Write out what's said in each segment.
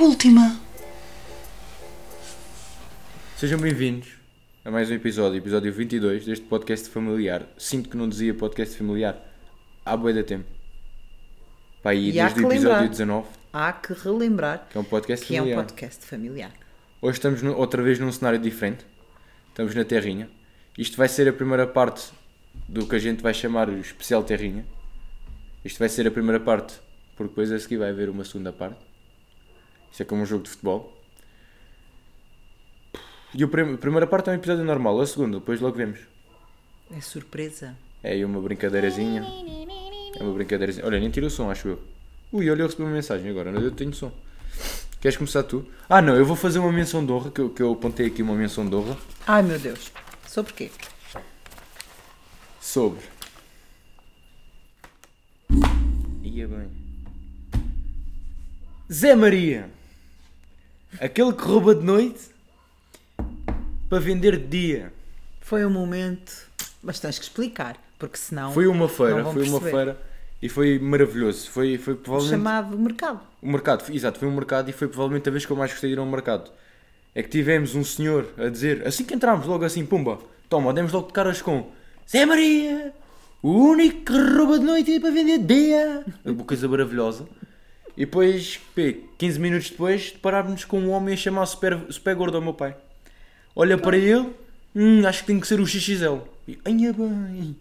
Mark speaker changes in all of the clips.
Speaker 1: última.
Speaker 2: Sejam bem-vindos a mais um episódio, episódio 22 deste podcast familiar. Sinto que não dizia podcast familiar há bué da tempo. Pá, e,
Speaker 1: E há
Speaker 2: desde
Speaker 1: que
Speaker 2: o episódio
Speaker 1: lembrar.
Speaker 2: 19,
Speaker 1: Há que relembrar
Speaker 2: que é um podcast
Speaker 1: que é um
Speaker 2: familiar.
Speaker 1: podcast familiar.
Speaker 2: Hoje estamos no- outra vez num cenário diferente. Estamos na Terrinha. Isto vai ser a primeira parte do que a gente vai chamar o especial Terrinha. Isto vai ser a primeira parte, porque depois a seguir vai haver uma segunda parte. Isto é como um jogo de futebol. E o prim- a primeira parte é um episódio normal, a segunda, depois logo vemos.
Speaker 1: É surpresa.
Speaker 2: É aí uma brincadeirazinha. É uma brincadeirazinha. Olha, nem tirou o som, acho eu. Ui, olha, eu recebi uma mensagem agora, eu tenho som. Queres começar tu? Ah, não, eu vou fazer uma menção de honra, que eu, que eu apontei aqui uma menção de honra,
Speaker 1: Ai meu Deus. Sobre quê?
Speaker 2: sobre. Ia bem. Zé Maria! Aquele que rouba de noite para vender de dia.
Speaker 1: Foi um momento. Mas tens que explicar, porque senão.
Speaker 2: Foi uma feira,
Speaker 1: não vão
Speaker 2: foi uma
Speaker 1: perceber.
Speaker 2: feira e foi maravilhoso. Foi, foi provavelmente.
Speaker 1: Chamado mercado.
Speaker 2: O mercado, exato, foi um mercado e foi provavelmente a vez que eu mais gostei de ir ao mercado. É que tivemos um senhor a dizer, assim que entramos, logo assim, pumba, toma, demos logo de caras com Zé Maria, o único que rouba de noite e para vender de dia. Uma coisa maravilhosa. E depois, pê, 15 minutos depois, deparámos-nos com um homem a chamar super, super gordo ao meu pai. Olha para ele, hum, acho que tem que ser o XXL. E, ai, é bem,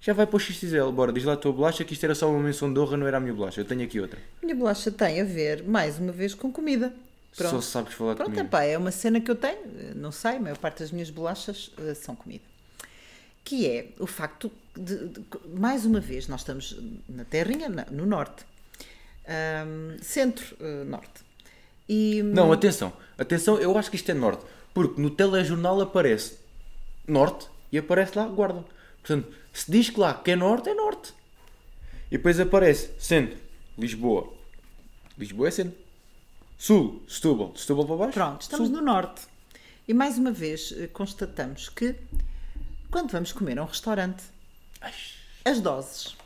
Speaker 2: já vai para o XXL, bora, diz lá a tua bolacha que isto era só uma menção de honra, não era a minha bolacha, eu tenho aqui outra.
Speaker 1: Minha bolacha tem a ver, mais uma vez, com comida. Pronto.
Speaker 2: Só sabes falar
Speaker 1: Pronto,
Speaker 2: comigo.
Speaker 1: epá, é uma cena que eu tenho, eh, não sei, a maior parte das minhas bolachas eh, são comida. Que é o facto de, de- mais uma vez, nós estamos na terrinha, na- no norte, centro-norte. e
Speaker 2: Não, atenção. Atenção, eu acho que isto é norte. Porque no telejornal aparece norte e aparece lá guarda. Portanto, se diz que lá que é norte, é norte. E depois aparece centro, Lisboa. Lisboa é centro. Sul, Setúbal. Setúbal para baixo.
Speaker 1: pronto, estamos
Speaker 2: Sul.
Speaker 1: no norte. E mais uma vez eh, constatamos que quando vamos comer a um restaurante, as doses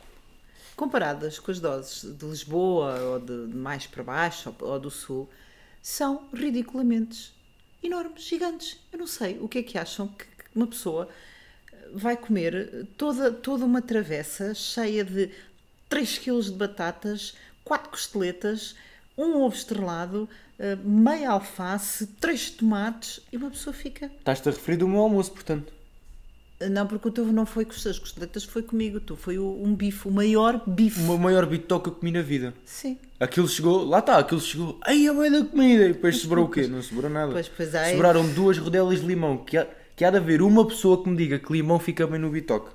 Speaker 1: comparadas com as doses de Lisboa ou de de mais para baixo ou, ou do sul são ridiculamente enormes, gigantes. Eu não sei o que é que acham que que uma pessoa eh, vai comer eh, toda, toda uma travessa cheia de 3 kg de batatas, 4 costeletas, um ovo estrelado, eh, meia alface, 3 tomates e uma pessoa fica
Speaker 2: Estás-te a referir do meu almoço, portanto.
Speaker 1: não, porque o teu não foi com as costeletas, foi comigo. Tu foi o- um bife, o maior bife.
Speaker 2: O meu maior bitoque que eu comi na vida.
Speaker 1: Sim.
Speaker 2: Aquilo chegou, lá está, aquilo chegou, ai a mãe da comida! E depois sobrou o quê? Não sobrou nada.
Speaker 1: Pois, pois, ai.
Speaker 2: Sobraram duas rodelas de limão, que há, que há de haver uma pessoa que me diga que limão fica bem no bitoque.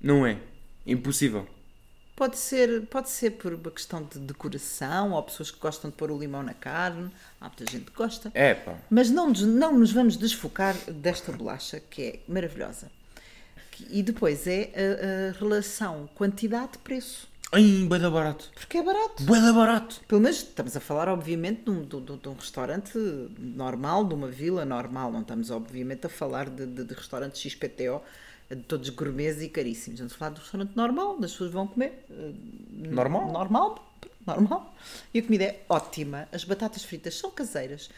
Speaker 2: Não é? Impossível.
Speaker 1: Pode ser, pode ser por uma questão de decoração, ou pessoas que gostam de pôr o limão na carne. Há muita gente que gosta.
Speaker 2: É pá.
Speaker 1: Mas não, nos- não nos vamos desfocar desta bolacha, que é maravilhosa. Que- E depois é a, a relação quantidade-preço.
Speaker 2: Ai, bué da barato.
Speaker 1: Porque é barato.
Speaker 2: Bué da barato.
Speaker 1: Pelo menos estamos a falar, obviamente, de um, de um- de um restaurante normal, de uma vila normal. Não estamos, obviamente, a falar de, de, de restaurantes XPTO, de todos gourmets e caríssimos. Estamos a falar de um restaurante normal, das pessoas vão comer. eh,
Speaker 2: Normal?
Speaker 1: Normal, normal. E a comida é ótima. As batatas fritas são caseiras.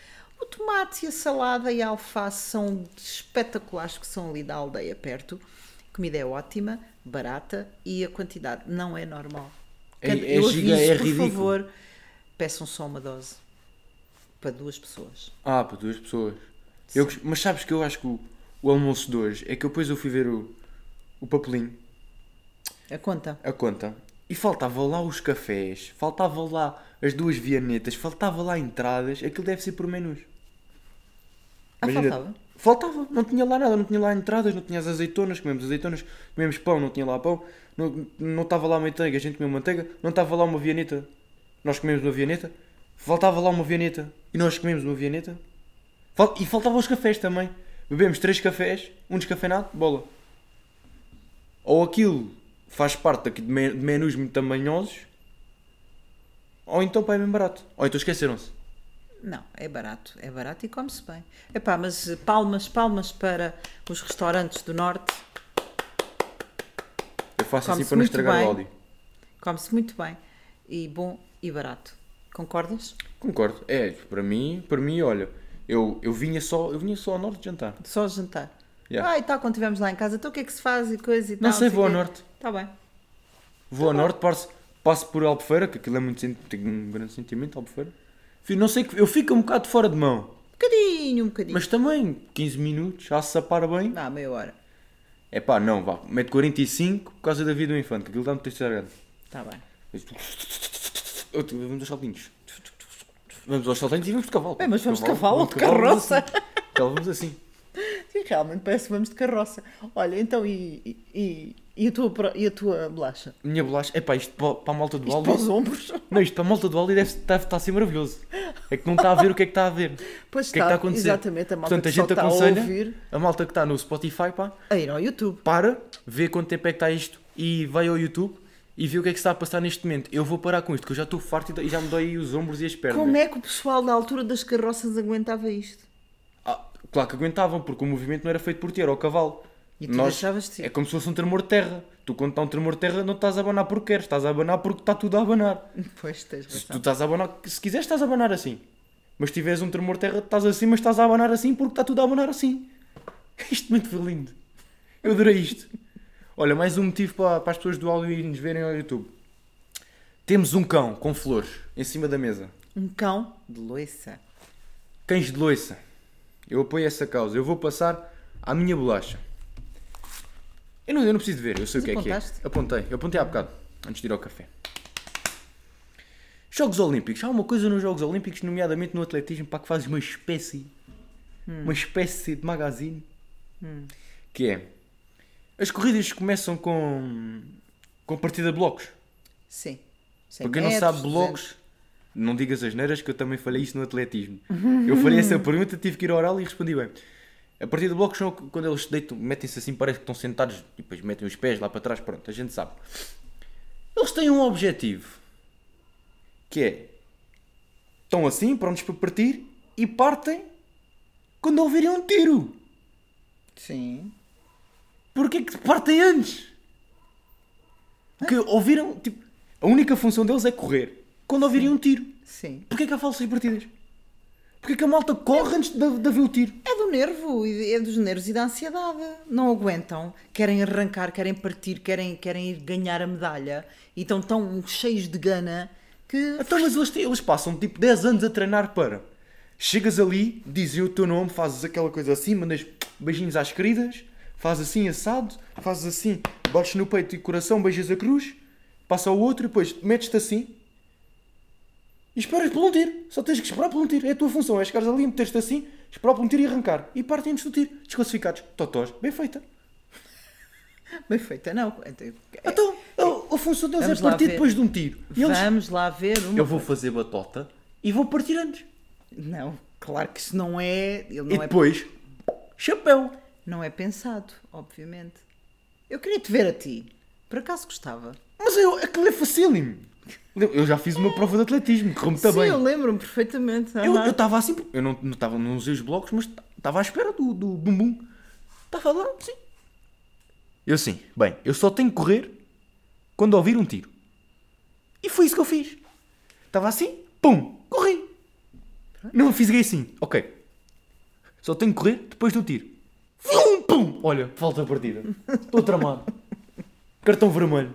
Speaker 1: O tomate e a salada e a alface são espetaculares que são ali da aldeia perto. A comida é ótima, barata e a quantidade não é normal.
Speaker 2: É-
Speaker 1: Cada-
Speaker 2: é
Speaker 1: eu
Speaker 2: giga-
Speaker 1: aviso,
Speaker 2: é
Speaker 1: por
Speaker 2: ridículo.
Speaker 1: favor, peçam só uma dose para duas pessoas.
Speaker 2: Ah, para duas pessoas. Eu gost- mas sabes que eu acho que o, o almoço de hoje é que eu depois eu fui ver o, o papelinho,
Speaker 1: A conta.
Speaker 2: a conta, e faltava lá os cafés, faltava lá as duas vianetas, faltava lá entradas, aquilo deve ser por menus.
Speaker 1: Ah,
Speaker 2: Imagina-
Speaker 1: faltava.
Speaker 2: Faltava, não tinha lá nada, não tinha lá entradas, não tinha as azeitonas, comemos azeitonas, comemos pão, não tinha lá pão, não não estava lá manteiga, a gente comeu manteiga, não estava lá uma vianeta, nós comemos uma vianeta, faltava lá uma vianeta e nós comemos uma vianeta. Fal- E faltavam os cafés também. Bebemos três cafés, um descafeinado, bola. Ou aquilo faz parte aqui de me- de menus muito tamanhosos, ou então pá, é bem barato. Ou então esqueceram-se.
Speaker 1: Não, é barato. É barato e come-se bem. Epá, mas eh, palmas, palmas para os restaurantes do Norte.
Speaker 2: Eu faço assim
Speaker 1: Come-se
Speaker 2: para não estragar
Speaker 1: muito bem.
Speaker 2: o áudio.
Speaker 1: Come-se muito bem. E bom e barato. Concordas?
Speaker 2: Concordo. É, para mim, para mim, olha, eu, eu vinha só, eu vinha só ao norte jantar.
Speaker 1: Só ao jantar.
Speaker 2: Yeah.
Speaker 1: Ah, e tal, quando estivemos lá em casa, então o que é que se faz e coisa e
Speaker 2: Não
Speaker 1: tal.
Speaker 2: sei, vou ao norte.
Speaker 1: Está Tá bem. Tá
Speaker 2: Vou ao norte, passo, passo por Albufeira, que aquilo é muito sen- tem um grande sentimento, Albufeira. Fico- Não sei que eu fico um bocado fora de mão,
Speaker 1: Um bocadinho, um bocadinho.
Speaker 2: mas também 15 minutos, a sapar bem.
Speaker 1: Ah, meia hora.
Speaker 2: É pá, não, vá, mete 45 por causa da vida do infante, que aquilo dá-me texto de
Speaker 1: Está Tá bem.
Speaker 2: Vamos aos saltinhos. Vamos aos saltinhos e vamos de cavalo.
Speaker 1: Bem, É, mas vamos de cavalo,
Speaker 2: vamos
Speaker 1: de carroça.
Speaker 2: assim. Então vamos assim.
Speaker 1: Sim, realmente parece que vamos de carroça. Olha, então e, e, e, a, tua, pro- e a tua bolacha?
Speaker 2: Minha bolacha, é pá, isto para, para a malta do
Speaker 1: Isto
Speaker 2: Aldi.
Speaker 1: para os ombros.
Speaker 2: Não, isto para a malta do Aldi deve, deve estar a ser maravilhoso. É que não está a ver o que é que está a ver.
Speaker 1: Pois
Speaker 2: o que é que
Speaker 1: está,
Speaker 2: está a acontecer?
Speaker 1: exatamente, a malta
Speaker 2: Portanto, a
Speaker 1: que só
Speaker 2: gente
Speaker 1: está a
Speaker 2: aconselha
Speaker 1: ouvir.
Speaker 2: a malta que está no Spotify, pá,
Speaker 1: A ir ao YouTube.
Speaker 2: para, vê quanto tempo é que está isto e vai ao YouTube e vê o que é que se está a passar neste momento. Eu vou parar com isto, que eu já estou farto e dá- e já me dói os ombros e as pernas.
Speaker 1: Como é que o pessoal na altura das carroças aguentava isto?
Speaker 2: Ah, claro que aguentavam, porque o movimento não era feito por ti, era o cavalo.
Speaker 1: E tu deixavas de ser.
Speaker 2: É como se fosse um tremor de terra. Tu, quando está um tremor de terra, não estás a abanar porque queres, estás a abanar porque está tudo a abanar.
Speaker 1: Pois tá. tens
Speaker 2: Se
Speaker 1: razão.
Speaker 2: tu estás a abanar, se quiseres, estás a abanar assim. Mas se tiveres um tremor de terra, estás assim, mas estás a abanar assim porque está tudo a abanar assim. Isto muito foi lindo. Eu adorei isto. Olha, mais um motivo para, para as pessoas do áudio irem nos verem ao YouTube. Temos um cão com flores em cima da mesa.
Speaker 1: Um cão de loiça.
Speaker 2: Cães de loiça. Eu apoio essa causa. Eu vou passar à minha bolacha. Eu não, eu não preciso de ver, eu sei
Speaker 1: Mas
Speaker 2: o que é que
Speaker 1: apontaste?
Speaker 2: é. Apontei, eu apontei há bocado, antes de ir ao café. Jogos Olímpicos. Há uma coisa nos Jogos Olímpicos, nomeadamente no atletismo, para que fazes uma espécie,
Speaker 1: Hum.
Speaker 2: uma espécie de magazine, que é, as corridas começam com, com partida de blocos.
Speaker 1: Sim. Cem
Speaker 2: Para quem não
Speaker 1: metros,
Speaker 2: sabe, blocos, não digas as neiras que eu também falei isto no atletismo. Eu falei essa pergunta, tive que ir ao oral e respondi bem. A partir de blocos são quando eles se deitam, metem-se assim, parece que estão sentados e depois metem os pés lá para trás, pronto, a gente sabe. Eles têm um objetivo que é estão assim, prontos para partir e partem quando ouvirem um tiro.
Speaker 1: 200. Sim.
Speaker 2: Porquê que partem antes? Porque ouviram, tipo, a única função deles é correr. Quando ouvirem um tiro.
Speaker 1: Sim.
Speaker 2: Porquê que há falsas partidas? Porquê que a malta corre antes de, de haver o tiro?
Speaker 1: É do nervo, e- é dos nervos e da ansiedade. Não aguentam, querem arrancar, querem partir, querem, querem ir ganhar a medalha e estão tão cheios de gana que.
Speaker 2: Então, mas eles, têm- eles passam tipo 10 anos a treinar para. Chegas ali, dizem o teu nome, fazes aquela coisa assim, mandas beijinhos às queridas, fazes assim assado, fazes assim, bates no peito e coração, beijas a cruz, passa ao outro e depois metes-te assim e esperas por um tiro. Só tens que esperar por um tiro. É a tua função, é chegares ali, meter-te assim, esperar por um tiro e arrancar. E partem antes do tiro. Desclassificados, totós, bem feita.
Speaker 1: Bem feita, não. Então, é-
Speaker 2: Então, a, a função deles
Speaker 1: Vamos
Speaker 2: é
Speaker 1: lá
Speaker 2: partir
Speaker 1: ver.
Speaker 2: depois de um tiro. E eles,
Speaker 1: Vamos lá ver uma.
Speaker 2: eu vou fazer batota e vou partir antes.
Speaker 1: Não, claro que isso não é. Ele não,
Speaker 2: e depois, chapéu.
Speaker 1: é, não é pensado, obviamente. Eu queria te ver a ti. Por acaso gostava.
Speaker 2: Mas eu, aquilo é facílimo. Eu já fiz uma prova de atletismo, correu muito
Speaker 1: Sim,
Speaker 2: Tá bem.
Speaker 1: eu lembro-me perfeitamente.
Speaker 2: Eu
Speaker 1: aham.
Speaker 2: eu estava assim, eu não estava não, tava- não usei os blocos, mas estava à espera do, do bumbum. Estava lá, sim. Eu sim, bem, eu só tenho que correr quando ouvir um tiro. E foi isso que eu fiz. Estava assim, pum, corri. Não, fisguei assim, ok. Só tenho que correr depois do tiro. Fum, pum, olha, falta a partida. Estou tramado. Cartão vermelho.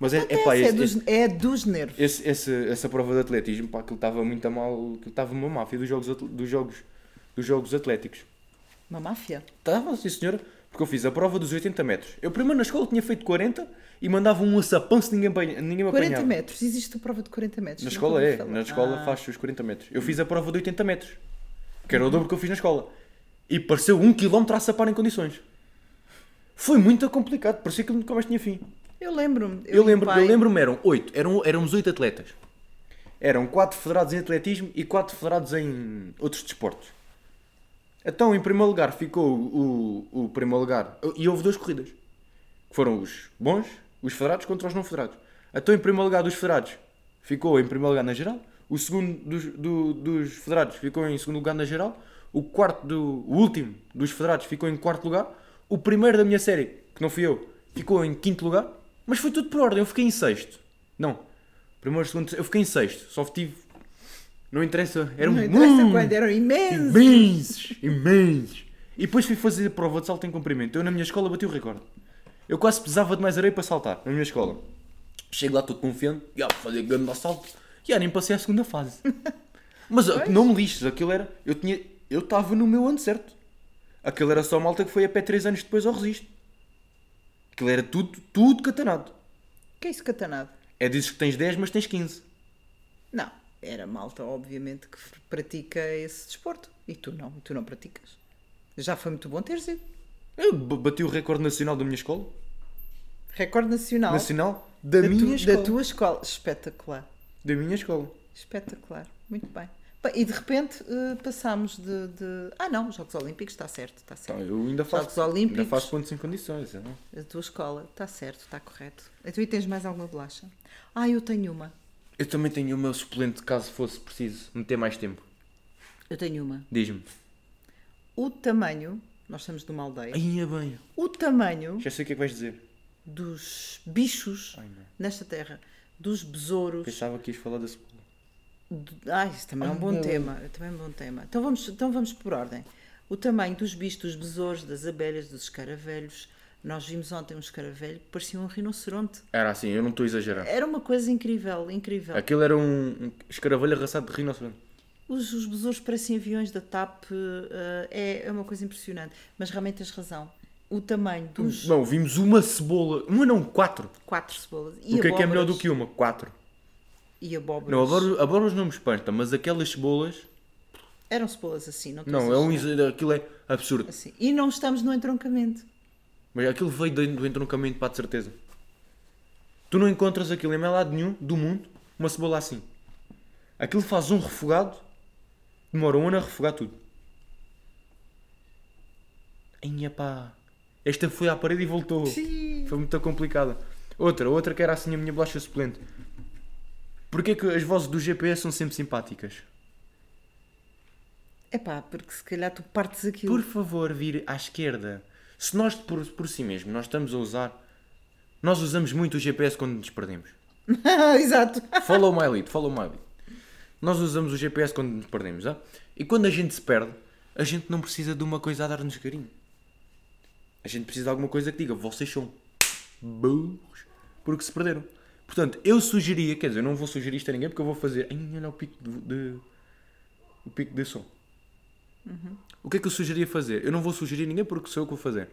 Speaker 2: Mas é,
Speaker 1: Acontece,
Speaker 2: epá,
Speaker 1: é,
Speaker 2: esse-
Speaker 1: dos, é dos nervos.
Speaker 2: esse- esse- essa prova de atletismo, pá, aquilo estava muito a mal, aquilo estava uma máfia dos jogos, atle- dos jogos, dos jogos atléticos.
Speaker 1: Uma máfia.
Speaker 2: Estava, sim senhora, porque eu fiz a prova dos 80 metros. Eu primeiro na escola tinha feito 40 e mandava um açapão se ninguém, apanha- ninguém me
Speaker 1: 40
Speaker 2: apanhava.
Speaker 1: metros, existe a prova de 40
Speaker 2: Na
Speaker 1: metros. nunca
Speaker 2: escola
Speaker 1: ouvi
Speaker 2: é,
Speaker 1: falar.
Speaker 2: na escola
Speaker 1: Ah,
Speaker 2: faz os 40 metros. Eu fiz a prova de 80 metros, que era o dobro que eu fiz na escola. E pareceu um quilómetro a sapar em condições. Foi muito complicado, parecia que nunca mais tinha fim.
Speaker 1: Eu lembro-me.
Speaker 2: Eu
Speaker 1: e o
Speaker 2: lembro,
Speaker 1: pai-
Speaker 2: eu lembro-me, eram oito, eram, éramos oito atletas. Eram quatro federados em atletismo e quatro federados em outros desportos. Então, em primeiro lugar ficou o, o primeiro lugar, e houve duas corridas, que foram os bons, os federados contra os não federados. Então, em primeiro lugar dos federados, ficou em primeiro lugar na geral, o segundo dos, do- dos federados ficou em segundo lugar na geral, o quarto, do, o último dos federados ficou em quarto lugar, o primeiro da minha série, que não fui eu, ficou em quinto lugar, mas foi tudo por ordem, eu fiquei em sexto. Não, Primeiro, segundo, terceiro. Eu fiquei em sexto. Só tive. Não interessa. Era
Speaker 1: não
Speaker 2: um
Speaker 1: interessa quando eram imensos.
Speaker 2: Imensos! Imensos! E depois fui fazer a prova de salto em comprimento. Eu na minha escola bati o recorde. Eu quase pesava demais areia para saltar, na minha escola. Chego lá todo confiante, já vou fazer grande salto. E ah, nem passei à segunda fase. Mas ah, não me lixes, aquilo era. Eu tinha. Eu estava no meu ano certo. Aquilo era só a malta que foi a pé 3 anos depois ao resisto. Aquilo era tudo, tudo catanado.
Speaker 1: que é isso, catanado?
Speaker 2: É dizes que tens 10, mas tens 15.
Speaker 1: Não, era malta, obviamente, que f- pratica esse desporto. E tu não, e tu não praticas. Já foi muito bom teres ido.
Speaker 2: Eu b- bati o recorde nacional da minha escola.
Speaker 1: Recorde nacional
Speaker 2: Nacional da,
Speaker 1: da,
Speaker 2: minha
Speaker 1: tu-
Speaker 2: escola.
Speaker 1: da tua escola. Espetacular.
Speaker 2: Da minha escola.
Speaker 1: Espetacular. Muito bem. Bem, E de repente eh, passámos de, de- Ah, não, Jogos Olímpicos, está certo, está
Speaker 2: Tá,
Speaker 1: certo.
Speaker 2: eu ainda
Speaker 1: Jogos
Speaker 2: faço, ainda
Speaker 1: Olímpicos.
Speaker 2: faço pontos em condições. eu não-
Speaker 1: A tua escola, está certo, está correto. E tu e tens mais alguma bolacha? Ah, eu tenho uma.
Speaker 2: Eu também tenho o meu suplente, caso fosse preciso meter mais tempo.
Speaker 1: Eu tenho uma.
Speaker 2: Diz-me.
Speaker 1: O tamanho, nós estamos numa aldeia,
Speaker 2: Ainha bem.
Speaker 1: o tamanho
Speaker 2: Já sei o que é que vais dizer.
Speaker 1: dos bichos
Speaker 2: Ai, não.
Speaker 1: nesta terra, dos besouros.
Speaker 2: Pensava que ias falar da cebola.
Speaker 1: de- Ai, isso também é um
Speaker 2: Ai,
Speaker 1: bom
Speaker 2: não.
Speaker 1: tema. Também é um bom tema. Então vamos, então vamos por ordem. O tamanho dos bichos, dos besouros, das abelhas, dos escaravelhos. Nós vimos ontem um escaravelho que parecia um rinoceronte.
Speaker 2: Era assim, eu não estou a exagerar.
Speaker 1: Era uma coisa incrível, incrível.
Speaker 2: Aquilo era um, um escaravelho arrasado de rinoceronte.
Speaker 1: Os, os besouros parecem aviões da TAP. eh, é, é uma coisa impressionante. Mas realmente tens razão. O tamanho dos
Speaker 2: Não, vimos uma cebola. Uma não, quatro.
Speaker 1: quatro cebolas. E
Speaker 2: o que é que é melhor
Speaker 1: abóboras.
Speaker 2: do que uma? Quatro.
Speaker 1: E abóboras.
Speaker 2: Não, agora, agora os não me espanta, mas aquelas cebolas.
Speaker 1: Eram cebolas assim, não estou a
Speaker 2: Não, é um,
Speaker 1: exagerar.
Speaker 2: exa- aquilo é absurdo.
Speaker 1: Assim. E não estamos no entroncamento.
Speaker 2: Mas aquilo veio do, do entroncamento, pá, de certeza. Tu não encontras aquilo em mais lado nenhum do mundo, uma cebola assim. Aquilo faz um refogado, demora um ano a refogar tudo. Ai, pá. Esta foi à parede e voltou.
Speaker 1: Sim.
Speaker 2: Foi muito complicada. Outra, outra que era assim a minha bolacha suplente. Porquê que as vozes do GPS são sempre simpáticas?
Speaker 1: É pá, porque se calhar tu partes aquilo.
Speaker 2: Por favor, vir à esquerda. Se nós, por, por si mesmo, nós estamos a usar... Nós usamos muito o GPS quando nos perdemos.
Speaker 1: Exato.
Speaker 2: Follow my lead, follow my lead. Nós usamos o GPS quando nos perdemos, ah? E quando a gente se perde, a gente não precisa de uma coisa a dar-nos carinho. A gente precisa de alguma coisa que diga, vocês são burros, porque se perderam. Portanto, eu sugeria, quer dizer, eu não vou sugerir isto a ninguém porque eu vou fazer, ai, olha o pico de, de- o pico de som. O que é que eu sugeria fazer? Eu não vou sugerir a ninguém porque sou eu que vou fazer.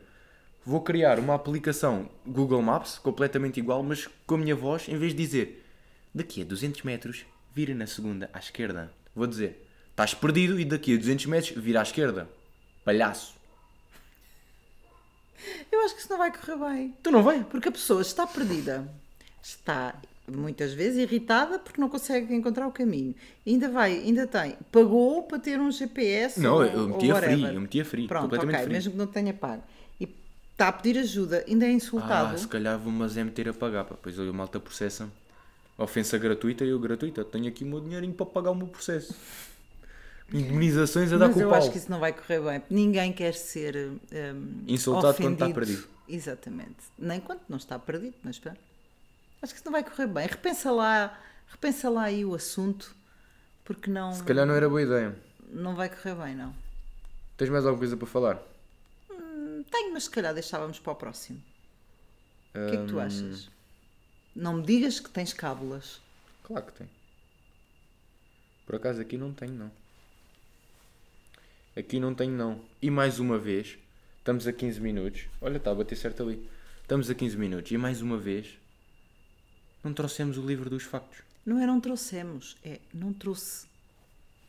Speaker 2: Vou criar uma aplicação Google Maps, completamente igual, mas com a minha voz, em vez de dizer daqui a 200 metros, vira na segunda à esquerda. Vou dizer, estás perdido e daqui a 200 metros, vira à esquerda. Palhaço.
Speaker 1: Eu acho que isso não vai correr bem.
Speaker 2: Tu não vai?
Speaker 1: Porque a pessoa está perdida. Está muitas vezes irritada porque não consegue encontrar o caminho. Ainda vai, ainda tem. Pagou para ter um GPS.
Speaker 2: Não,
Speaker 1: ou,
Speaker 2: eu
Speaker 1: ou
Speaker 2: metia free,
Speaker 1: whatever.
Speaker 2: eu metia free,
Speaker 1: Pronto,
Speaker 2: completamente
Speaker 1: ok,
Speaker 2: free.
Speaker 1: mesmo que não tenha pago. E está a pedir ajuda, ainda é
Speaker 2: Ah,
Speaker 1: insultado.
Speaker 2: se calhar vou mas é meter a pagar, pá. Pois eu, a malta processa ofensa gratuita e eu gratuita. Tenho aqui o meu dinheirinho para pagar o meu processo. Indemnizações a dar
Speaker 1: Mas
Speaker 2: com o
Speaker 1: eu
Speaker 2: pau.
Speaker 1: acho que isso não vai correr bem. Ninguém quer ser hum,
Speaker 2: Insultado quando está
Speaker 1: ofendido.
Speaker 2: perdido.
Speaker 1: Exatamente. Nem quando não está perdido, mas pá, acho que isso não vai correr bem. Repensa lá, repensa lá aí o assunto, porque não,
Speaker 2: Se calhar não era boa ideia.
Speaker 1: não vai correr bem, não.
Speaker 2: Tens mais alguma coisa para falar?
Speaker 1: Tenho, mas se calhar deixávamos para o próximo. O que é que
Speaker 2: Hum.
Speaker 1: tu achas? Não me digas que tens cábulas.
Speaker 2: Claro que tem. Por acaso aqui não tenho, não. Aqui não tenho, não. E mais uma vez, estamos a 15 minutos. Olha, está a bater certo ali. Estamos a 15 minutos e mais uma vez não trouxemos o livro dos factos.
Speaker 1: Não é não trouxemos, é não trouxe.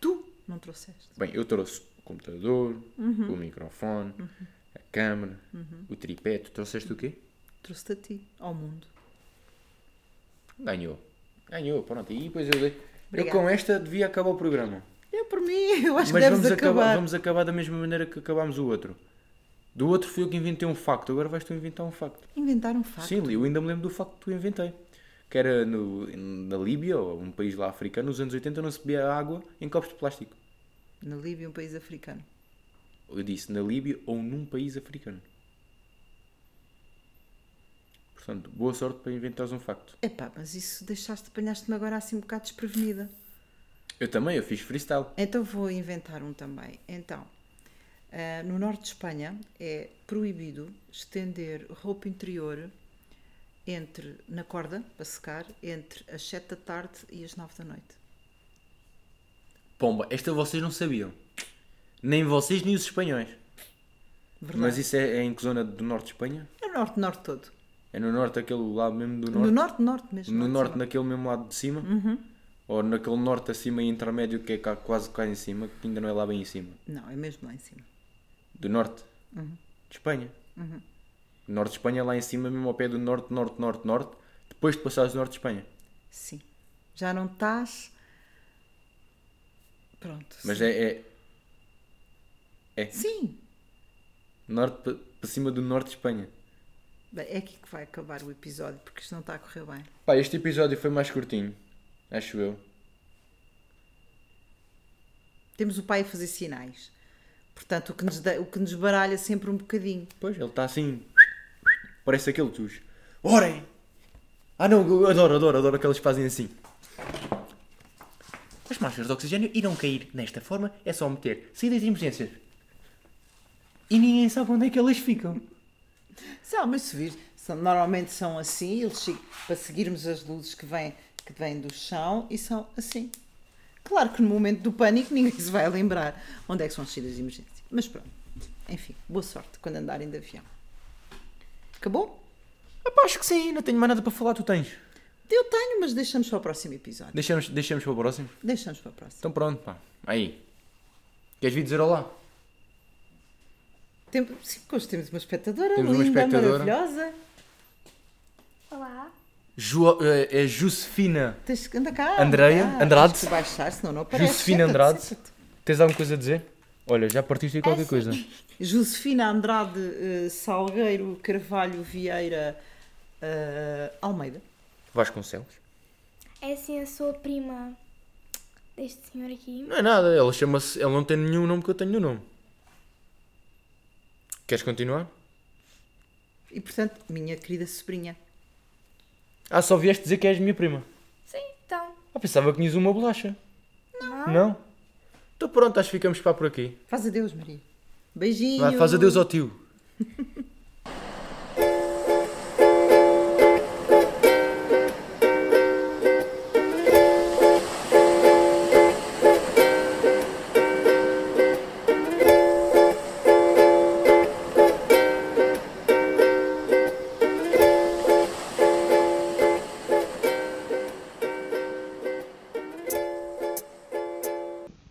Speaker 1: Tu não trouxeste.
Speaker 2: Bem, eu trouxe o computador, o microfone, a câmera, o tripé. Tu trouxeste o quê?
Speaker 1: Trouxe-te a ti, ao mundo.
Speaker 2: Ganhou. Ganhou, pronto. E depois eu dei. Eu
Speaker 1: Obrigada.
Speaker 2: com esta devia acabar o programa.
Speaker 1: Eu por mim, eu acho
Speaker 2: Mas
Speaker 1: que deves
Speaker 2: vamos acabar.
Speaker 1: acabar.
Speaker 2: vamos acabar da mesma maneira que acabámos o outro. Do outro fui eu que inventei um facto, agora vais tu inventar um facto.
Speaker 1: Inventar um facto.
Speaker 2: Sim, eu ainda me lembro do facto que tu inventei. Que era no, na Líbia, ou um país lá africano, nos anos 80 não se bebia água em copos de plástico.
Speaker 1: Na Líbia, um país africano.
Speaker 2: Eu disse na Líbia ou num país africano. Portanto, boa sorte para inventares um facto.
Speaker 1: Epá, mas isso deixaste, apanhaste-me agora assim um bocado desprevenida.
Speaker 2: Eu também, eu fiz freestyle.
Speaker 1: Então vou inventar um também. Então, ah, no norte de Espanha é proibido estender roupa interior entre na corda para secar entre as 7 da tarde e as 9 da noite.
Speaker 2: Pomba, esta vocês não sabiam. Nem vocês, nem os espanhóis.
Speaker 1: Verdade.
Speaker 2: Mas isso é, é em que zona do norte de Espanha?
Speaker 1: É o norte, norte todo.
Speaker 2: É no norte, aquele lado mesmo do
Speaker 1: No
Speaker 2: norte?
Speaker 1: norte, norte mesmo.
Speaker 2: No
Speaker 1: norte,
Speaker 2: norte,
Speaker 1: sim. Uhum.
Speaker 2: naquele mesmo lado de cima? Ou naquele norte acima e intermédio que é cá, quase cá em cima, que ainda não é lá bem em cima?
Speaker 1: Não, é mesmo lá em cima.
Speaker 2: Do norte?
Speaker 1: Uhum.
Speaker 2: De Espanha? Norte de Espanha, lá em cima, mesmo ao pé do norte, norte, norte, norte, depois de passares do norte de Espanha.
Speaker 1: Sim. Já não estás. Pronto.
Speaker 2: Mas
Speaker 1: sim.
Speaker 2: é, é
Speaker 1: Sim.
Speaker 2: norte pa- para cima do norte de Espanha.
Speaker 1: Bem, é aqui que vai acabar o episódio, porque isto não está a correr bem.
Speaker 2: Pá, este episódio foi mais curtinho, acho eu.
Speaker 1: Temos o pai a fazer sinais. Portanto, o que nos, dá- o que nos baralha sempre um bocadinho.
Speaker 2: Pois, ele está assim. Parece aquele tus. Orem! Ah não, eu adoro, adoro, adoro que eles fazem assim. As máscaras de oxigênio irão cair nesta forma, é só meter saídas de emergências. E ninguém sabe onde é que elas ficam.
Speaker 1: São, mas se vir, são- normalmente são assim, eles chegam para seguirmos as luzes que vêm que vêm do chão e são assim. Claro que no momento do pânico ninguém se vai lembrar onde é que são as saídas de emergência. Mas pronto. Enfim, boa sorte quando andarem de avião. Acabou?
Speaker 2: Aposto que sim, não tenho mais nada para falar, tu tens.
Speaker 1: Eu tenho, mas deixamos para o próximo episódio.
Speaker 2: Deixamos, deixamos para o próximo?
Speaker 1: Deixamos para o próximo.
Speaker 2: Então pronto, pá. Aí. Queres vir dizer olá?
Speaker 1: Tem, sim, hoje temos uma espectadora
Speaker 2: Temos uma
Speaker 1: linda,
Speaker 2: espectadora.
Speaker 1: maravilhosa.
Speaker 3: Olá,
Speaker 2: Jo- é, é Josefina.
Speaker 1: Tens que andar cá.
Speaker 2: Andreia,
Speaker 1: anda cá.
Speaker 2: Andrade.
Speaker 1: Tens que baixar, senão não aparece.
Speaker 2: Josefina
Speaker 1: Senta-te,
Speaker 2: Andrade.
Speaker 1: senta-te.
Speaker 2: Tens alguma coisa a dizer? Olha, já partiste aí qualquer
Speaker 3: Ah, sim.
Speaker 2: coisa.
Speaker 1: Josefina Andrade eh, Salgueiro Carvalho Vieira eh, Almeida.
Speaker 2: Vasconcelos.
Speaker 3: é assim a sua prima deste senhor aqui.
Speaker 2: Não é nada, ela chama-se. Ela não tem nenhum nome que eu tenho no nome. Queres continuar?
Speaker 1: E portanto, minha querida sobrinha.
Speaker 2: Ah, só vieste dizer que és minha prima.
Speaker 3: Sim, então.
Speaker 2: Ah, pensava que tinhas uma bolacha.
Speaker 3: Não.
Speaker 2: Não? Então pronto, acho que ficamos para por aqui.
Speaker 1: Faz adeus, Maria. Beijinho.
Speaker 2: Vai, faz adeus ao tio.